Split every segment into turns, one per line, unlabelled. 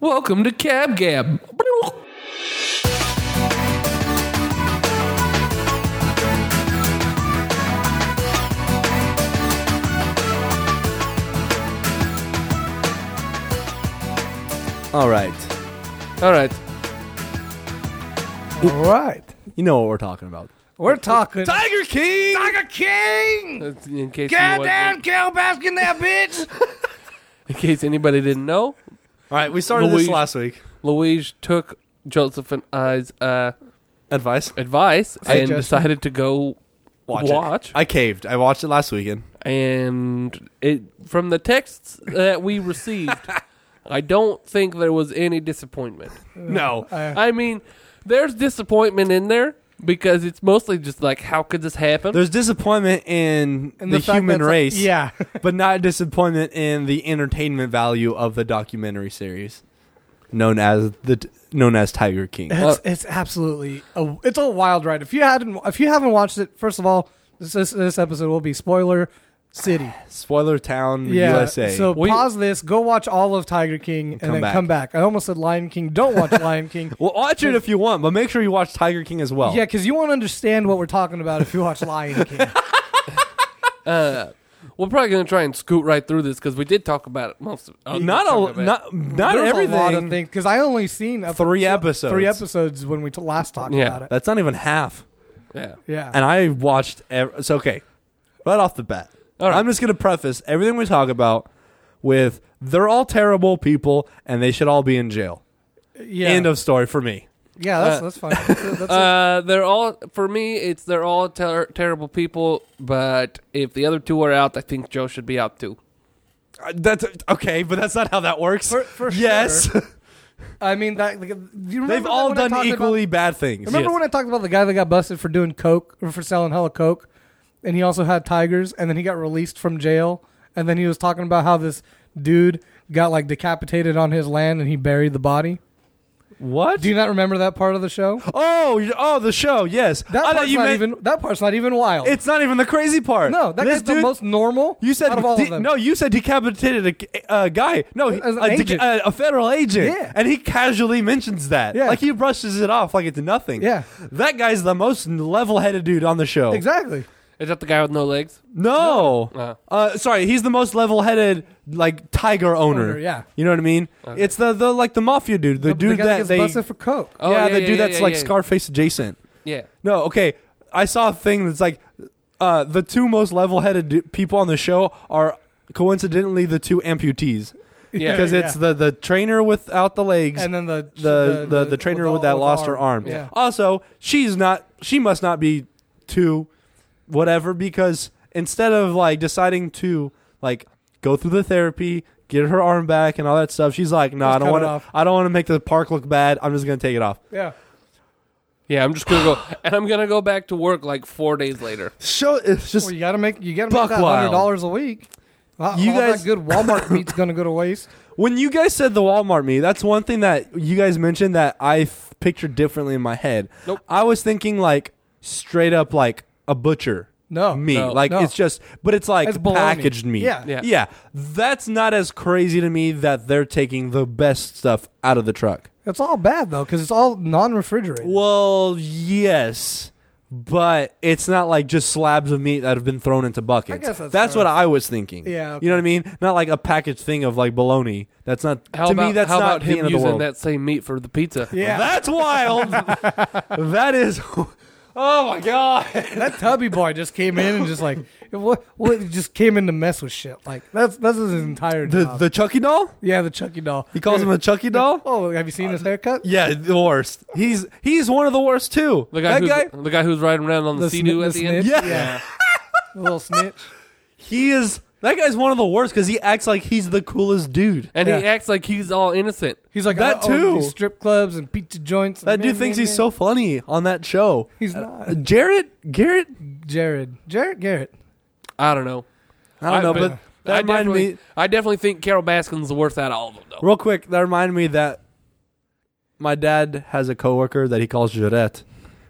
Welcome to Cab Gab.
All right.
All right.
All right.
You know what we're talking about.
We're talking.
Tiger King!
Tiger King!
That's In case, you
Goddamn
wasn't-
Carol Baskin, that bitch!
in case anybody didn't know,
All right, we started
Louise-
this last week.
Louise took Joseph and I's uh,
Advice.
advice and
Suggestion.
decided to go watch.
it. I caved. I watched it last weekend.
and it from the texts that we received, I don't think there was any disappointment.
No.
I mean, there's disappointment in there because it's mostly just like, how could this happen?
There's disappointment in
And
the,
fact
human
that's like-
race,
yeah.
but not disappointment in the entertainment value of the documentary series known as the known as Tiger King.
It's, it's absolutely a, it's a wild ride. If you hadn't if you haven't watched it, first of all, this this, this episode will be spoiler city.
Spoiler Town USA.
So
We-
pause this, go watch all of Tiger King, and,
come
then
back.
come back. I almost said Lion King. Don't watch Lion King.
well, watch it if you want, but make sure you watch Tiger King as well.
Yeah, because you won't understand what we're talking about if you watch Lion King.
We're probably gonna try and scoot right through this because we did talk about it most of uh, some
not
of
a
it.
not not
There's
everything.
a lot of things because I only seen up-
Three episodes.
three episodes when we t- last talked
Yeah.
about it.
That's not even half.
Yeah.
Yeah,
And I watched. Ev- it's okay. Right off the bat,
All right.
I'm just gonna preface everything we talk about with they're all terrible people and they should all be in jail.
yeah,
End of story for me.
yeah. That's
uh,
that's fine. That's, it, that's it.
Uh, they're all for me. It's they're all ter- terrible people. But if the other two are out, I think Joe should be out too.
Uh, That's okay, but that's not how that works.
For- for
yes,
I mean, that, like, do you remember
they've
that
all
when I
done
talked about-
equally bad things.
Remember
Yes.
when I talked about the guy that got busted for doing coke or for selling hella coke, and he also had tigers, and then he got released from jail, and then he was talking about how this dude got like decapitated on his land and he buried the body.
What?
Do you not remember that part of the show?
oh, you- oh, the show. Yes,
That
I
part's
thought you
not
meant-
even. That part's not even wild.
It's not even the crazy part.
no, that
this
guy's
dude,
the most normal.
You said
out of all
de-
of them.
no. You said decapitated a uh, guy. No, he-
As an
a, deca-
agent.
a, a federal agent.
Yeah.
and he casually mentions that.
Yeah.
like he brushes it off like it's nothing.
Yeah.
that guy's the most level-headed dude on the show.
exactly.
Is that the guy with no legs?
No.
No.
Uh, sorry, he's the most level-headed like tiger owner.
Owner, yeah.
You know what I mean? It's the the like the mafia dude, the,
the
dude
guy
that
gets
they
busted for coke.
Oh,
yeah,
yeah,
the
yeah,
dude
yeah,
that's
yeah,
like
yeah.
Scarface adjacent.
Yeah.
No, okay. I saw a thing that's like uh, the two most level-headed du- people on the show are coincidentally the two amputees.
Yeah.
because it's
Yeah.
the the trainer without the legs
and then the
the, the, the, trainer with
the-
that
the
lost her arm.
Yeah.
Also, she's not. She must not be two, whatever. Because instead of like deciding to like go through the therapy, get her arm back, and all that stuff, she's like, no,
Just
I don't
cut
want
it
to.
off."
I don't want to make the park look bad. I'm just gonna take it off.
Yeah.
Yeah, I'm just gonna go, and I'm gonna go back to work like four days later.
Show it's just
Well, you gotta make you gotta
Buck
make that
wild.
hundred dollars a week. All,
You
all
guys-
that good Walmart meat's gonna go to waste.
when you guys said the Walmart me. That's one thing that you guys mentioned that I f- pictured differently in my head.
Nope.
I was thinking like straight up like a butcher.
No.
meat.
No.
like
No.
it's just, but it's like
It's bologna.
packaged meat.
Yeah.
Yeah.
That's not as crazy to me that they're taking the best stuff out of the truck.
It's all bad though, because it's all non-refrigerated.
Well, yes, but it's not like just slabs of meat that have been thrown into buckets.
guess that's
what
fair.
I was thinking.
Yeah, okay.
You know what I mean? Not like a packaged thing of like bologna. That's not
How
to
about
me. That's
how
not
about
the
him
end of the
using
world.
that same meat for the pizza?
yeah, that,
That's wild. that is. Oh my god.
tubby boy just came in and just like what, what he just came in to mess with shit. Like that's that's his entire
The
job.
the Chucky doll.
yeah, the Chucky doll.
He calls him a Chucky doll.
Oh, have you seen his haircut?
Yeah, the worst. He's he's one of the worst too.
The guy,
that
who's,
guy,
the guy who's riding around on the,
The
sea
sni-
doo
the
at the
snitch?
end.
yeah,
Yeah. The little snitch.
he is. That guy's one of the worst because he acts like he's the coolest dude.
and he
Yeah.
acts like he's all innocent.
He's like
That
I own
too.
these strip clubs and pizza joints. and
That dude
meh,
thinks
meh,
he's
meh.
so funny on that show.
He's not.
Uh, Jarrett, Garrett,
Jared. Jared Garrett.
I don't know.
I don't know, but, that
I
reminded
definitely,
me.
I definitely think Carol Baskin's the worst out of all of them, though.
Real quick, that reminded me that my dad has a coworker that he calls Jarrett,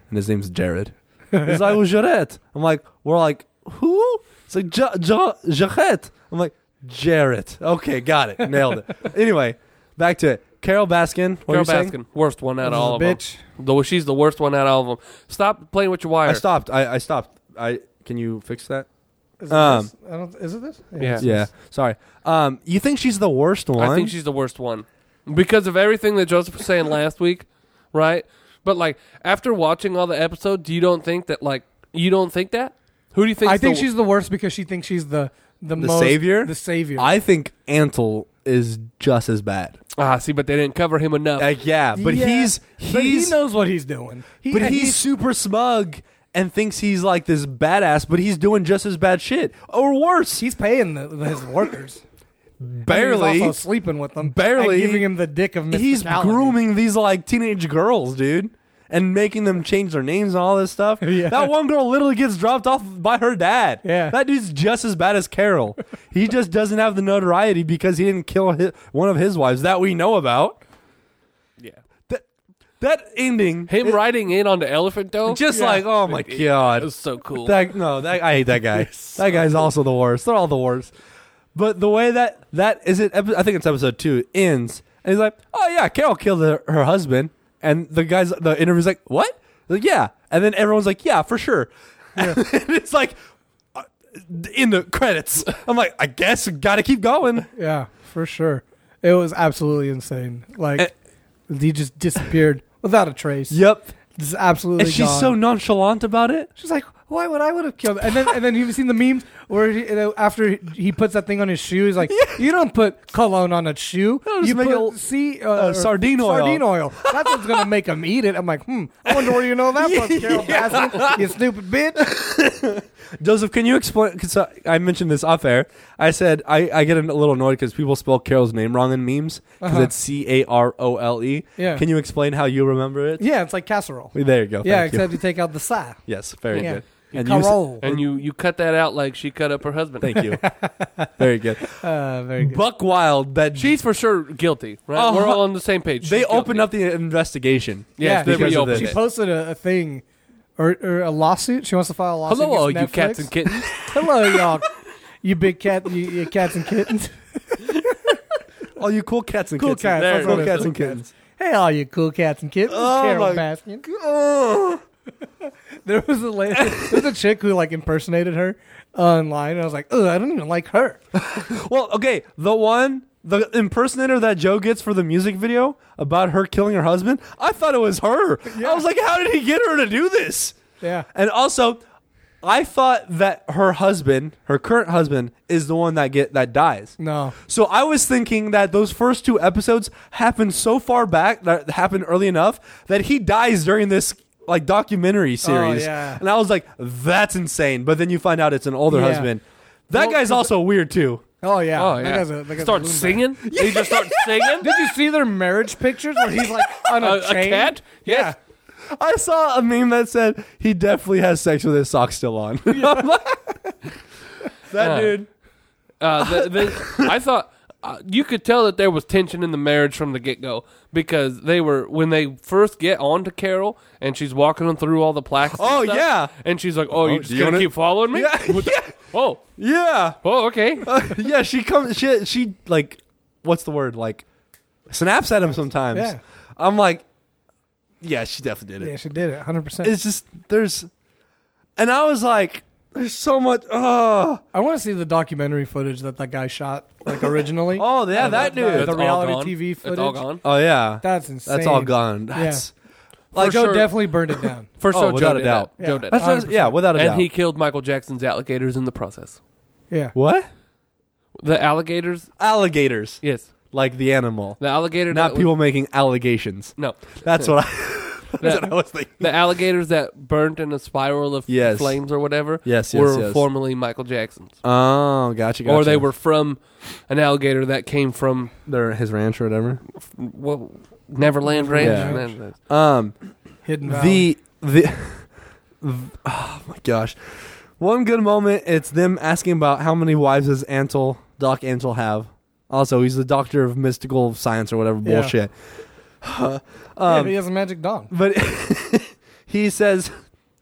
and his name's Jared. He's like, "Well, Jarrett." I'm like, "We're like who?" It's like ja, ja, Jarrett. I'm like, "Jarrett." Okay, got it, nailed it. anyway, back to it. Carol Baskin.
Carol
What were you
Baskin,
saying?
worst one out of
This is
all of
a
them.
bitch.
Though she's the worst one out of all of them. Stop playing with your wire.
I stopped. I, I stopped. I can you fix that?
Is
Um,
it this? I don't, is it this?
Yeah.
Yeah. Sorry. Um, you think she's the worst one?
I think she's the worst one because of everything that Joseph was saying last week, right? But like after watching all the episodes, you don't think that like you don't think that. Who do you think?
I think she's the worst because she thinks she's the the,
The
most,
savior?
The savior.
I think Antle is just as bad.
ah see, but they didn't cover him enough.
Like, yeah, but
Yeah,
he's
but he
he's
knows what he's doing. He,
but
and
he's super smug and thinks he's like this badass, but he's doing just as bad shit or worse.
he's paying the, his workers.
barely.
He's also sleeping with them.
Barely.
and giving him the dick of
he's
mythicality.
grooming these like teenage girls, dude, and making them change their names and all this stuff.
Yeah.
That one girl literally gets dropped off by her dad.
Yeah.
that dude's just as bad as Carol. he just doesn't have the notoriety because he didn't kill hi one of his wives that we know about.
yeah,
That that ending,
him
it-
riding in on the elephant though,
just
Yeah.
like oh my
that
god,
was so cool.
that no, that I hate that guy. that guy's also the worst. They're all the worst. But the way that that is it, epi- I think it's episode two it ends, and he's like, "Oh yeah, Carol killed her, her husband," and the guys, the interview's like, "What?" They're like, yeah, and then everyone's like, "Yeah, for sure." And it's like uh, in the credits. I'm like, I guess got to keep going.
Yeah, for sure. It was absolutely insane. Like
Eh.
he just disappeared without a trace.
Yep,
Just absolutely.
and she's
gone.
so nonchalant about it.
She's like, why would I would have killed? And then and then you've seen the memes where he, you know, after he puts that thing on his shoe, he's like, you don't put cologne on a shoe.
No, just
You
make
put
it-
sea uh,
uh,
or
sardine oil."
Sardine oil. That's what's gonna make him eat it. I'm like, hmm. I wonder where you know that from, Carol Baskin. You stupid bitch.
Joseph, can you explain? Because I mentioned this off air. I said I, I get a little annoyed because people spell Carol's name wrong in memes because
Uh-huh.
it's C A R O L E.
Yeah.
Can you explain how you remember it?
Yeah, it's like casserole.
There you go.
Yeah,
Thank you.
except you take out the sa.
yes, very
Yeah.
good. you s-
Carol.
and you you cut that out like she cut up her husband.
thank you. very good.
Uh, very good.
Buck Wild. That
She's for sure guilty, right?
Uh-huh.
We're all on the same page. She's
they opened
guilty.
up the investigation.
Yes,
Yeah,
they
because of
reopened
this.
it.
She posted a, a thing or, or a lawsuit. She wants to file a lawsuit.
Hello, all you
against
cats
Netflix.
and kittens.
Hello, y'all. You big cat, you, you cats and kittens.
All you cool cats and
Cool
kittens.
cats,
There
that's
it is.
what
Cool
it
cats
is.
and kittens.
Hey, all you cool cats and kittens.
Oh,
Carol
my-
Baskin.
Oh.
There was a lady, there's a chick who like impersonated her online, and I was like, oh, I don't even like her.
Well, okay, the one the impersonator that Joe gets for the music video about her killing her husband, I thought it was her. I was like, how did he get her to do this?
Yeah,
And also, I thought that her husband, her current husband, is the one that get that dies.
no,
So I was thinking that those first two episodes happened so far back that happened early enough that he dies during this like documentary series.
Oh, yeah.
And I was like, that's insane. But then you find out it's an older
Yeah.
husband. That
Well,
guy's also weird too.
oh yeah,
Oh
That
yeah,
guy's a- that guy's a
start
loon bag.
singing. They just start singing.
Did you see their marriage pictures where he's like on a,
a, a
chain?
cat?
Yeah,
Yes.
I saw a meme that said he definitely has sex with his socks still on. that
Yeah.
dude.
Uh, the, the, I thought uh, you could tell that there was tension in the marriage from the get go because they were when they first get on to Carol and she's walking them through all the plaques. and
Oh,
stuff,
yeah.
and she's like, "Oh,
Oh,
you just
do you
gonna
wanna-
keep following me?
Yeah,
What the-
yeah.
Oh,
Yeah.
oh, okay.
yeah, she comes she she like what's the word? Like snaps at him sometimes.
Yeah.
I'm like Yeah, she definitely did it.
yeah, she did it, hundred percent.
It's just there's and I was like, there's so much oh
I want to see the documentary footage that that guy shot, like originally.
Oh yeah,
It's
that dude.
all
reality
gone.
TV
It's all
footage.
gone.
Oh yeah.
that's insane.
That's all gone. That's
Like,
like
Joe
sure.
definitely burned it down.
For
Oh,
sure,
without
Joe
a
did
doubt.
that. Joe
Yeah.
did.
that's
that.
what I was- yeah, without a doubt.
And he killed Michael Jackson's alligators in the process.
Yeah.
what?
The alligators,
Alligators.
yes,
Like the animal.
the alligator. that
Not
was-
people making allegations.
No,
That's what I that's what I was thinking.
the alligators that burnt in a spiral of
Yes.
flames or whatever.
Yes, yes,
were
yes.
formerly Michael Jackson's.
Oh, gotcha, gotcha.
or they were from an alligator that came from
They're at his ranch or whatever.
well, Neverland Ranch.
Yeah.
And then-
Um
Hidden Valley.
the the oh my gosh one good moment it's them asking about how many wives does antle doc antle have also he's the doctor of mystical science or whatever
Yeah.
bullshit
yeah,
um,
but he has a magic dong.
but he says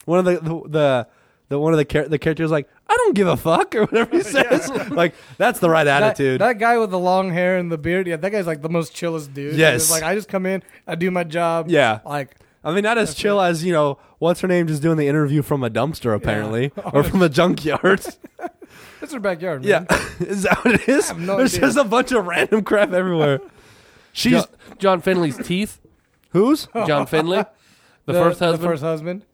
one of the the, the, the one of the char- the characters like I don't give a fuck or whatever he says. Like that's the right
That-
attitude.
That, guy with the long hair and the beard, yeah, that guy's like the most chillest dude. He's
Yes.
like I just come in, I do my job.
Yeah.
like
I mean, not as chill as you know. What's her name? Just doing the interview from a dumpster, apparently,
Oh,
or from a junkyard.
it's her backyard.
yeah,
man.
is that what it is?
have no
There's
idea.
just a bunch of random crap everywhere. She's
John, John Finley's teeth.
who's
Oh,
John Finley, the,
the
first husband.
the first husband,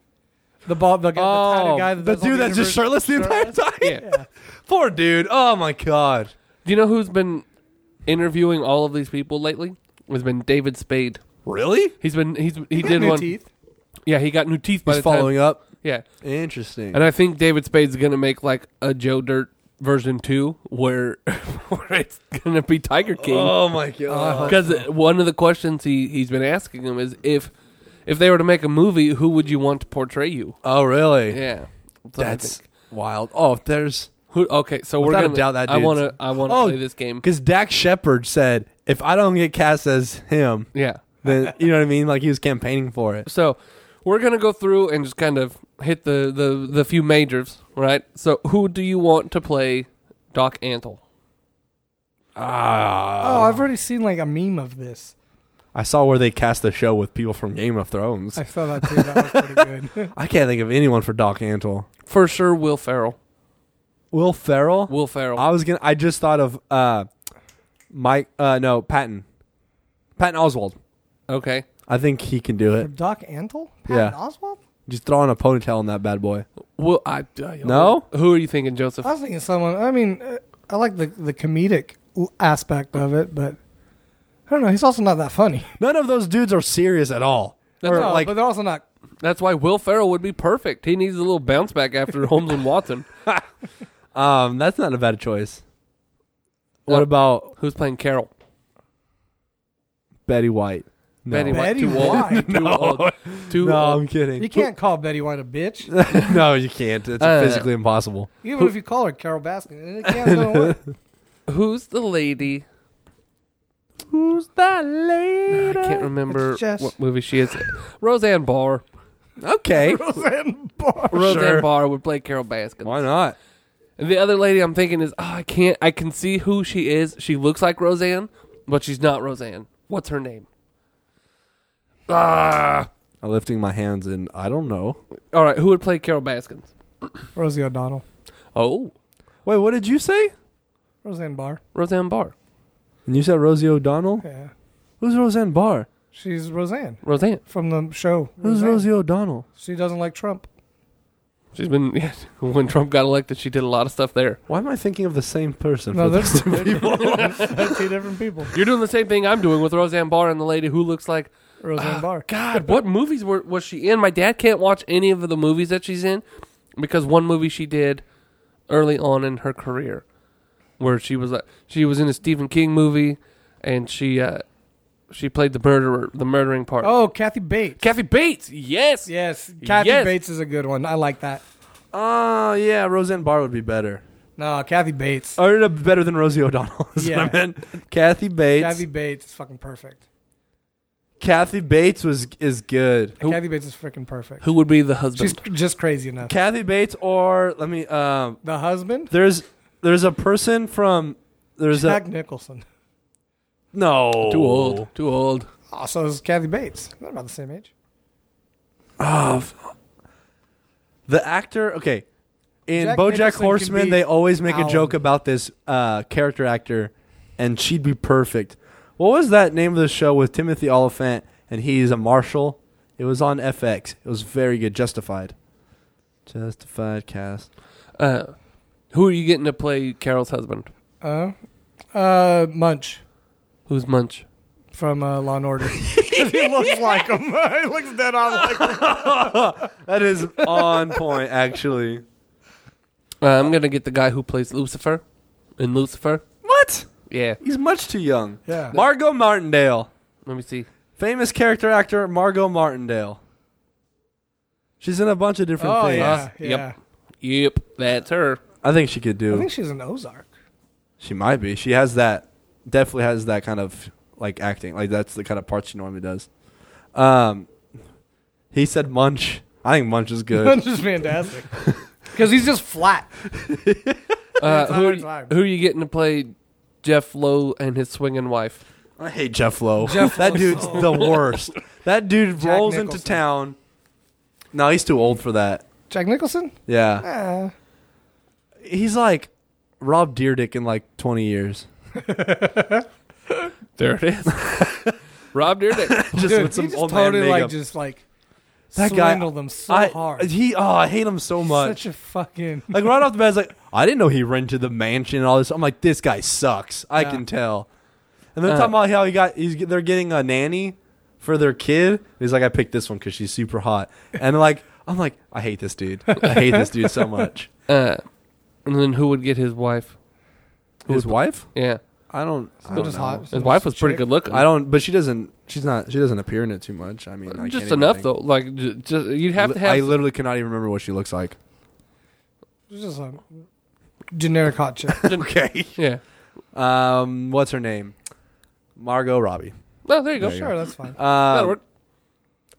the bald, the, guy- the
Oh,
tatted guy, that
the
does all
dude
the
that's just shirtless the entire time.
Yeah.
Poor dude. Oh my god.
Do you know who's been interviewing all of these people lately? It's been David Spade.
Really?
He's been he's he
universe-
did
new
one.
teeth.
Yeah, he got new teeth by
He's
the time-
following up.
Yeah,
Interesting.
and I think David Spade's gonna make like a Joe Dirt version two, where where it's gonna be Tiger King.
oh my god.
Because one of the questions he he's been asking him is if if they were to make a movie, who would you want to portray you?
Oh really?
Yeah, So I
That's
think-
wild. Oh, if there's
who. Okay, so we're
Without a
gonna
doubt that
I
dude's-
want to I want to
Oh.
play this game.
because Dak Shepard said if I don't get cast as him,
Yeah,
then you know what I mean. Like he was campaigning for it.
So we're gonna go through and just kind of hit the the the few majors, right? So who do you want to play Doc Antle?
Ah,
Oh, I've already seen like a meme of this.
I saw where they cast the show with people from Game of Thrones.
I saw that too. That was pretty good.
I can't think of anyone for Doc Antle.
For sure, Will Ferrell.
Will Ferrell.
Will Ferrell.
I was gonna. I just thought of uh, Mike. Uh, no, Patton. Patton Oswald.
Okay.
I think he can do it.
Doc Antle,
Yeah.
Patton Oswald.
Just throwing a ponytail on that bad boy.
Will I? I-
No?
Who are you thinking, Joseph?
I was thinking someone. I mean, uh, I like the the comedic l- aspect of it, but I don't know. He's also not that funny.
None of those dudes are serious at all.
That's
Or
all,
like
but they're also not.
That's why Will Ferrell would be perfect. He needs a little bounce back after Holmes and Watson.
Um, that's not a bad choice. What
No.
about
Who's playing Carol?
Betty White? No.
Betty White.
Betty
Too old.
White.
Too old. Too
No,
old.
I'm kidding.
You can't call Betty White a bitch,
no, you can't. It's
Uh,
physically impossible.
even if you call her Carol Baskin. It can't go away.
Who's the lady?
Who's that
I
lady?
can't remember
It's Jess.
what movie she is. Roseanne Barr.
Okay,
Roseanne Barr.
Roseanne
Sure.
Barr would play Carol Baskin.
why not?
And the other lady I'm thinking is, oh, I can't. I can see who she is. She looks like Roseanne, but she's not Roseanne. What's her name? Ah.
I'm lifting my hands and I don't know.
All right. Who would play Carol Baskins?
Rosie O'Donnell.
Oh,
Wait, what did you say?
Roseanne Barr.
Roseanne Barr.
And you said Rosie O'Donnell.
Yeah.
Who's Roseanne Barr?
She's Roseanne
Roseanne.
from the show.
Who's
Roseanne.
Rosie O'Donnell?
She doesn't like Trump.
She's been yeah, when Trump got elected. She did a lot of stuff there.
Why am I thinking of the same person?
No,
for
they're,
this?
they're, they're two different people.
You're doing the same thing I'm doing with Roseanne Barr and the lady who looks like
Roseanne Barr.
God. What movies were was she in? My dad can't watch any of the movies that she's in because one movie she did early on in her career, where she was like she was in a Stephen King movie, and she uh, she played the murderer, the murdering part.
Oh, Kathy Bates.
Kathy Bates. Yes.
yes, Kathy
Yes.
Bates is a good one. I like that.
Oh, yeah, Roseanne Barr would be better.
No, Kathy Bates.
Or uh, better than Rosie O'Donnell. Is
Yeah.
what I meant. Kathy Bates.
Kathy Bates is fucking perfect.
Kathy Bates was is good.
Who-
Kathy Bates is freaking perfect.
Who would be the husband?
She's just crazy enough.
Kathy Bates or let me um
The husband,
there's there's a person from there's
Jack
a
Nicholson.
no
too old. Too old.
Also, Oh, is Kathy Bates. They're about the same age.
Oh, f- the actor okay in
Jack
BoJack
Nicholson can
Horseman
be
they always make a
Alan.
joke about this uh character actor and she'd be perfect. What was that name of the show with Timothy Oliphant and he's a marshal? It was on FX. It was very good. Justified. Justified cast.
Uh, who are you getting to play Carol's husband?
Uh, uh, Munch
Who's Munch?
from uh, Law and Order. he looks like him. he looks dead on like him.
That is on point, actually.
Uh, I'm gonna get the guy who plays Lucifer. In Lucifer.
What?
Yeah.
He's much too young.
Yeah.
Margot Martindale.
Let me see.
Famous character actor Margot Martindale. She's in a bunch of different
Oh
things.
yeah,
Yep.
yeah.
Yep, that's her.
I think she could
I
do.
think she's an Ozark.
She might be. She has that. Definitely has that kind of like acting. Like that's the kind of part she normally does. Um, he said Munch. I think Munch is good.
Munch is fantastic. because he's just flat.
Uh,
It's
who,
our
are you,
time.
who are you getting to play Jeff Lowe and his swinging wife?
I hate Jeff Lowe.
Jeff
that
Lowe's
dude's
so-
the worst. That dude
Jack
rolls into
Nicholson.
town. No, he's too old for that.
Jack Nicholson.
Yeah,
Uh, Eh.
he's like Rob Deerdick in like twenty years.
There it is. Rob Deerdick.
Just
dude,
with
he
some
just
old
totally
man
like
makeup.
just like
That guy-
swindled them so
I,
hard.
He oh, I hate him so much.
Such a fucking.
like right off the bat, it's like I didn't know he rented the mansion and all this. I'm like, this guy sucks. I
Yeah.
can tell. And they're
Uh,
talking about how he got. He's they're getting a nanny for their kid. He's like, I picked this one because she's super hot. And like, I'm like, I hate this dude. I hate this dude so much.
Uh, and then who would get his wife?
His wife?
Yeah,
I don't. I
Still
don't
just
know.
hot.
his wife was pretty
Chick.
good looking.
I don't. But she doesn't. She's not. She doesn't appear in it too much. I mean, I can't
just
even
enough
think.
though. Like ju- just you'd have to
Li- I
have.
literally cannot even remember what she looks like.
It's just a generic hot chick.
okay.
yeah.
Um, what's her name? Margot Robbie.
No, there you go.
There you
Sure.
sure, that's fine.
That'll
Um,
work.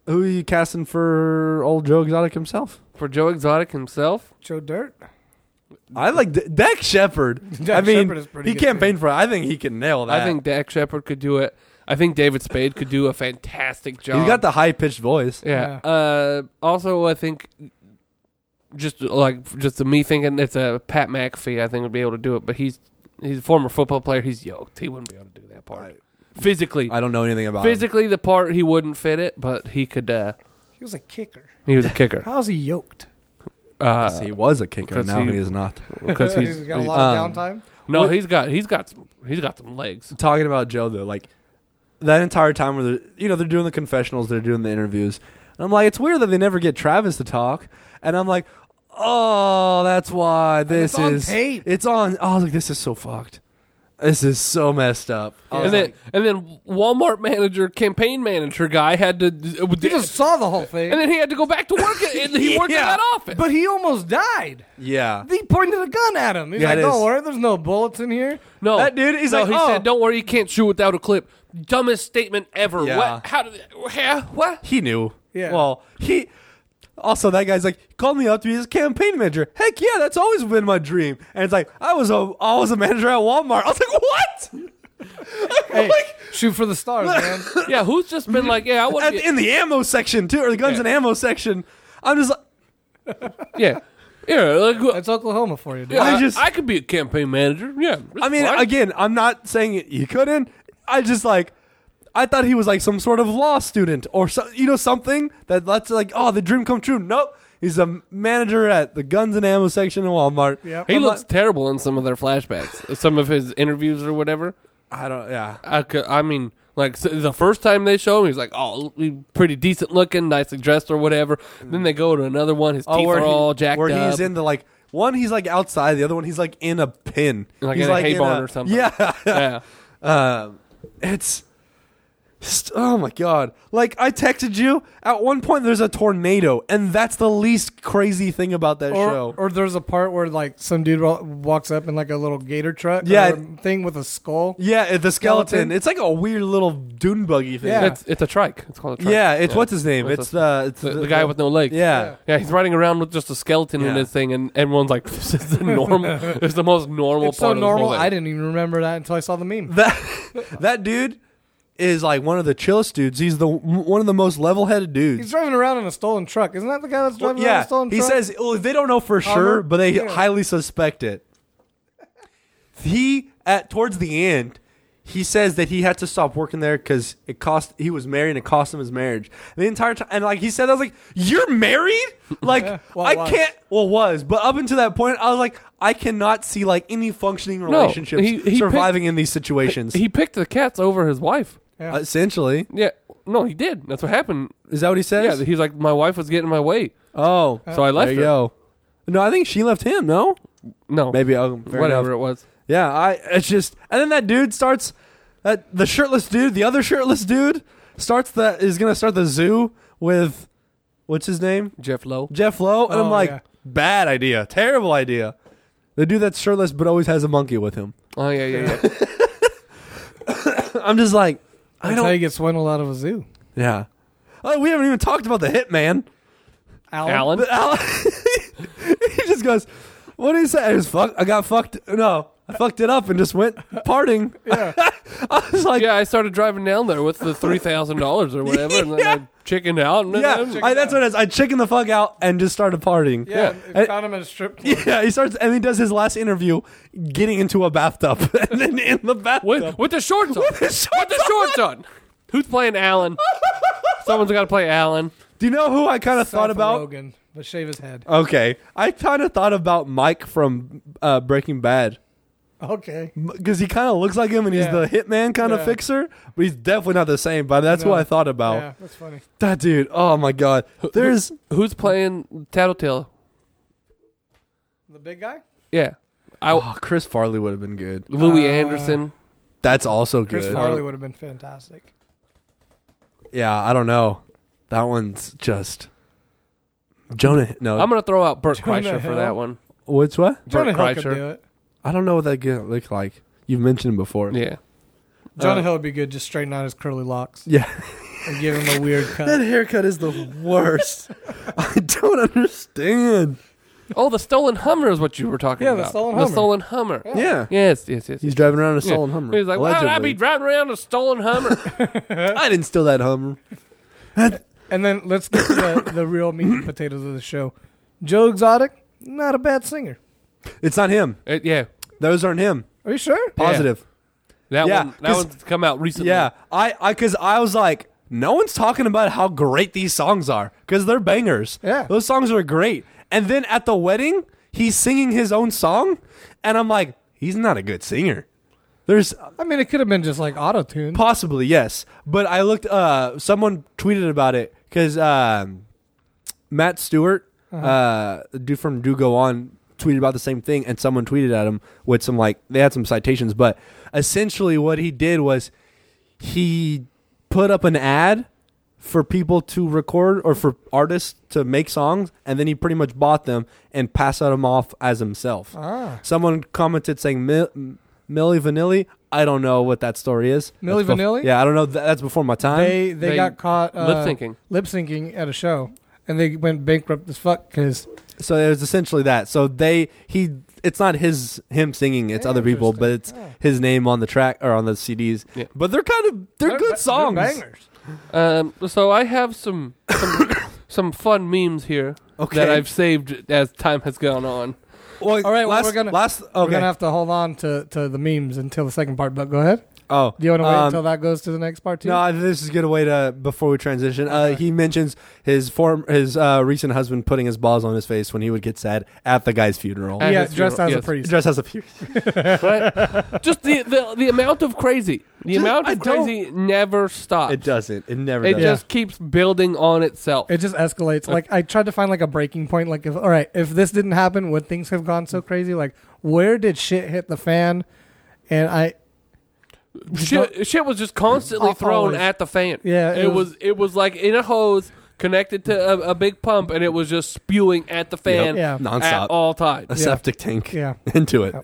who are you casting for old Joe Exotic himself?
For Joe Exotic himself,
Joe Dirt.
I like De- Dak Shepard. I
Dak
mean,
Shepard is pretty
he
good,
campaigned for. it. I think he can nail that.
I think Dak Shepard could do it. I think David Spade could do a fantastic job.
he's got the high pitched voice.
Yeah. Uh, also, I think just like just me thinking it's a Pat McAfee, I think would be able to do it. But he's he's a former football player. He's yoked. He wouldn't be able to do that part physically.
I don't know anything about. him.
physically, the part he wouldn't fit it, but he could. Uh,
He was a kicker.
he was a kicker
How's he yoked?
uh,
he was a kicker.
because
Now
he-
he is not.
because he's,
he's got a lot
um,
of downtime.
no,
What-
he's got he's got some, he's got some legs.
talking about Joe though, like that entire time where they're you know they're doing the confessionals, they're doing the interviews, and I'm like, it's weird that they never get Travis to talk, and I'm like, oh, that's why this
it's on
is
tape.
it's on. Oh, I was like this is so fucked. This is so messed up. I was
And then
like,
and then Walmart manager, campaign manager guy had to
He just saw the whole thing.
and then he had to go back to work and he worked in
Yeah,
that office.
But he almost died.
yeah,
He pointed a gun at him. He's
Yeah,
like,
it
"Don't
is.
worry, there's no bullets in here."
No,
That dude is
no,
like,
he
"Oh."
said, "Don't worry, you can't shoot without a clip." Dumbest statement ever.
Yeah.
What? How did? Yeah, what?
he knew.
Yeah.
Well, he. Also, that guy's like, he called me up to be his campaign manager. Heck yeah, that's always been my dream. And it's like, I was a, I was a manager at Walmart. I was like, what?
Hey, shoot for the stars, man.
Yeah, who's just been like, "Yeah, I want."
At-
to
in the ammo section too, or the guns
Yeah.
and ammo section. I'm just like,
Yeah, yeah. Like, who-
That's Oklahoma for you, dude.
yeah, I,
I just-
I could be a campaign manager. Yeah,
I mean,
Right?
again, I'm not saying it, you couldn't. I just like, I thought he was like some sort of law student or so, you know something that that's like, oh, the dream come true. Nope, he's a manager at the guns and ammo section in Walmart.
Yep.
he
I'm
looks
not-
terrible in some of their flashbacks, some of his interviews or whatever.
I don't. Yeah.
I could, I mean, like s the first time they show him, he's like, "Oh, he pretty decent looking, nicely dressed or whatever." Then they go to another one. His teeth
Oh, where
are
he-
all jacked
where
up.
he's in the like one, he's like outside. The other one, he's like in a pin,
Like
he's
in a hay barn or something.
Yeah.
yeah.
Um, it's st- oh my god! Like I texted you at one point. There's a tornado, and that's the least crazy thing about that
Or,
show.
or there's a part where like some dude wa- walks up in like a little gator truck,
Yeah.
or thing with a skull.
yeah, it- the skeleton.
Skeleton.
It's like a weird little dune buggy thing.
Yeah.
It's, it's a trike. It's called a trike.
Yeah, it's what's his name?
What's
It's
his-
the, it's
the, the guy with no legs.
yeah.
Yeah, he's riding around with just a skeleton in
Yeah.
his thing, and everyone's like, "This is the normal. it's the most normal
It's so
part."
normal.
Of this whole thing.
I didn't even remember that until I saw the meme.
that that dude is like one of the chillest dudes. He's the one of the most level-headed dudes.
He's driving around in a stolen truck. Isn't that the guy that's
Well,
driving around in a stolen
he
truck?
says well, they don't know for sure,
Armor?
but they
Yeah.
highly suspect it. He at towards the end, he says that he had to stop working there because it cost. He was married and it cost him his marriage. The entire time, and like he said, I was like, "You're married? Like
Well,
I
was.
can't. Well, was but up until that point, I was like, I cannot see like any functioning relationships
he- he
surviving in these situations.
He picked the cats over his wife.
uh,
Yeah.
Essentially,
Yeah, no, he did. That's what happened.
is that what he
Yeah,
says?
he's like, my wife was getting in my way,
oh,
so I left
there you
her.
go. No, I think she left him. No,
No,
maybe. Oh, fair enough.
whatever it was.
Yeah, I it's just and then that dude starts that the shirtless dude, the other shirtless dude starts the is gonna start the zoo with what's his name?
Jeff Lowe.
Jeff Lowe. And I'm
Oh,
like,
yeah.
bad idea, terrible idea. The dude that's shirtless but always has a monkey with him.
Oh yeah, yeah, yeah.
I'm just like, I
that's how you
don't Uh,
get swindled out of a zoo.
Yeah. Oh, we haven't even talked about the hitman.
Alan.
But Al- he just goes, "What did he say? I just fuck. I got fucked. No, I fucked it up and just went parting." Yeah, I was like,
yeah, I started driving down there with the three thousand dollars or whatever, and then I chickened out. And
"Yeah,
then,
I, that's what it is." I chickened the fuck out and just started partying.
Yeah,
I-
found him in a strip club.
Yeah, he starts and he does his last interview getting into a bathtub and then in the bathtub.
with, with the shorts on.
With the
With the shorts on. Who's playing Alan? Someone's got to play Alan.
Do you know who I kind of thought
Seth
about?
Rogen, but shave his head.
Okay, I kind of thought about Mike from uh, Breaking Bad
Okay.
because he kind of looks like him and he's
Yeah.
the hitman kind of
Yeah.
fixer, but he's definitely not the same. But that's what
No.
I thought about.
Yeah, that's funny.
That dude. Oh my god. There's
Who's playing Tattletale?
The big guy?
Yeah, I
oh, Chris Farley would have been good.
Louis
Uh,
Anderson.
That's also
Chris
good.
Farley would have been fantastic.
Yeah, I don't know. That one's just Jonah. No,
I'm gonna throw out Burt
Jonah
Kreischer for
Hill.
that one.
which what?
Jonah
Burt
Hill could
Kreischer.
do it.
I don't know what that guy looked like. You've mentioned him before.
Yeah,
Jonah
Uh,
Hill would be good. Just straighten out his curly locks
Yeah.
and give him a weird
that
cut.
haircut is the worst. I don't understand.
Oh, the stolen Hummer is what you were talking
Yeah, the
about.
stolen
The
Hummer.
stolen Hummer.
Yeah.
Yes, yes, yes.
He's driving around a
Yeah.
stolen Hummer.
He's like, why would I be
allegedly.
driving around a stolen Hummer?
I didn't steal that Hummer.
And then let's get to the, the real meat and potatoes of the show. Joe Exotic, not a bad singer.
It's not him.
It- Uh, yeah,
Those aren't him.
Are you sure?
Positive.
that
Yeah,
one. That
'cause-
one's come out recently.
Yeah. I I cuz I was like no one's talking about how great these songs are cuz they're bangers.
Yeah.
Those songs are great. And then at the wedding, he's singing his own song and I'm like, he's not a good singer. There's
I mean, it could have been just like auto tune.
Possibly, yes. But I looked. Uh, someone tweeted about it because um, Matt Stewart, uh the dude from Do Go On, tweeted about the same thing, and someone tweeted at him with some like they had some citations, but essentially what he did was he put up an ad for people to record or for artists to make songs and then he pretty much bought them and passed them off as himself
Ah.
someone commented saying Mil- millie vanilli i don't know what that story is
Milli
That's bef-
Vanilli?
yeah i don't know Th- that's before my time
They, they
They-
got caught uh,
lip syncing.
lip syncing at a show, and they went bankrupt as fuck because
so it was essentially that so they he it's not his him singing it's other people but it's
Interesting. Yeah.
his name on the track or on the cds
Yeah.
but they're kind of they're, good songs
bangers.
Um, so I have some some, some fun memes here
Okay.
that I've saved as time has gone on.
well,
All right, well,
last,
we're gonna-
last okay
We're gonna have to hold on to, to the memes until the second part. But go ahead.
oh
Do you want to wait
um,
until that goes to the next part too?
No, I- this is a good way to before we transition. Uh,
Okay.
he mentions his form, his uh, recent husband putting his balls on his face when he would get sad at the guy's funeral.
At
yeah,
his
dressed
funeral,
as
yes.
a priest.
Dressed as a funeral.
Right? Just the, the the amount of crazy. The amount
I
of
don't-
crazy never stops.
It doesn't. It never.
It
does.
Uh, just keeps building on itself.
It just escalates. Like I tried to find like a breaking point. Like, if, all right, if this didn't happen, would things have gone so crazy? Like, where did shit hit the fan? And I,
shit, shit was just constantly
Al-
thrown
always.
at the fan.
Yeah,
it,
it
was,
was-
it was like in a hose connected to a, a big pump, and it was just spewing at the fan
Yeah.
at
nonstop.
all times.
a septic tank
yeah.
into it.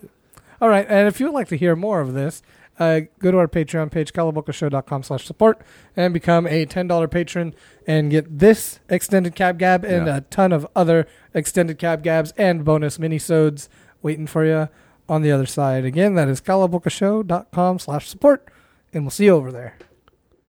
All right, and if you would like to hear more of this, uh, go to our Patreon page, calabocashow.com slash support, and become a $10 patron and get this extended cab gab and
Yeah.
a ton of other extended cab gabs and bonus minisodes waiting for you on the other side. Again, that is calabocashow.com slash support, and we'll see you over there.